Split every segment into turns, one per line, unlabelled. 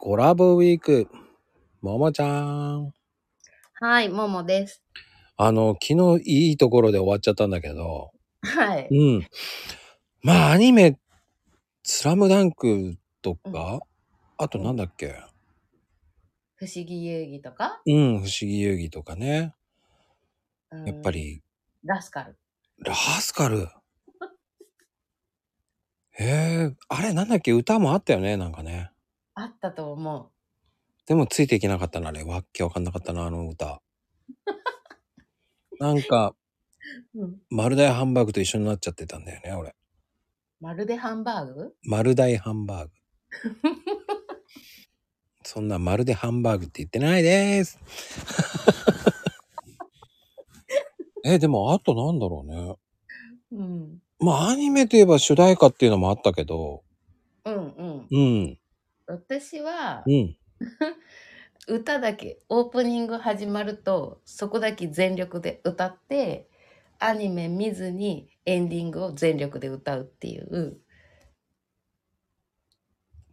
コラボウィーク。ももちゃん。
はい、ももです。
あの、昨日いいところで終わっちゃったんだけど。
はい。
うん。まあ、アニメ、スラムダンクとか、あとなんだっけ。
不思議遊戯とか、
うん、不思議遊戯とかね。
うん
やっぱ。り、
ラスカル。
ラスカル。へえ、あれなんだっけ歌もあったよね、なんかね。
あったと思
でもついていけなかったな、あれ。わっけわかんなかったな、あの 歌。なんか、
う。うん。
丸大ハンバーグと一緒になっちゃってたんだよね、俺。
まるでハンバーグ
丸大ハン バーグ。そんなまるでハンバーグって言ってない です。え、でもあとなんだろうね。
うん。
まあアニメといえば主題歌っていうのもあったけど、
うんうん。
うん、
私は
う、ん。
歌だけ、オープニング始まると、そこだけ全力で歌って、アニメ見ずにエンディングを全力で歌うっていう、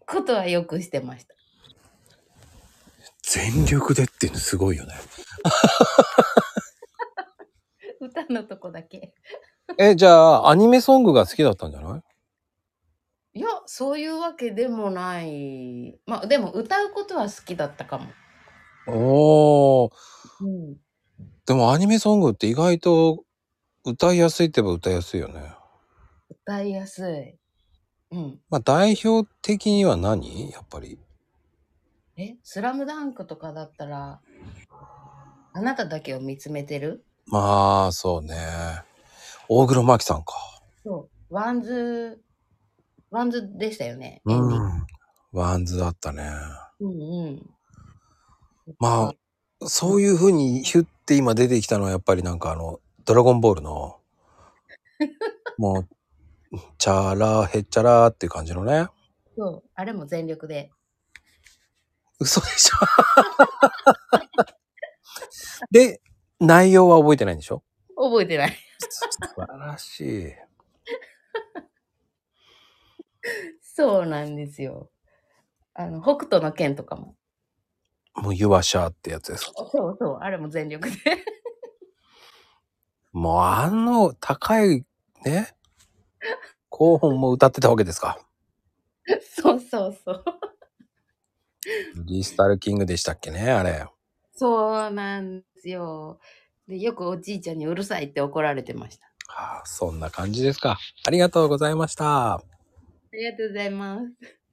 ことはよくしてました。
全力でっていうのすごいよね。
歌のとこだけ。
え、じゃあアニメソングが好きだったんじゃない
いや、そういうわけでもない。まあ、でも歌うことは好きだったかも。
おー。
うん、
でもアニメソングって意外と歌いやすいって言えば歌いやすいよね。
歌いやすい。うん。
まあ代表的には何やっぱり。
え、スラムダンクとかだったら、あなただけを見つめてる
まあ、そうね。大黒摩季さんか。
そう。ワンズ、ワンズでしたよね。
う
エンディング
ん。ワンズだったね。
うんうん。
まあ、そういう風にヒュッて今出てきたのはやっぱりなんかあの、ドラゴンボール の、もう、チャラヘッチャラっていう感じのね。
そう。あれも全力で。
嘘でしょ で、内容は覚えてないんでしょ
覚えてない。
素晴らしい。
そうなんですよ。あの、北斗の剣とかも。
もう、ユアシャーってやつです。
そうそう。あれも全力で。
もう、あの、高い、ね。候補も歌ってたわけですか。
そうそうそう。
リスタルキングでしたっけね、あれ。
そうなんですよ。でよくおじいちゃんにうるさいって怒られてました。
はあ、そんな感じですか。ありがとうございました。
ありがとうございます。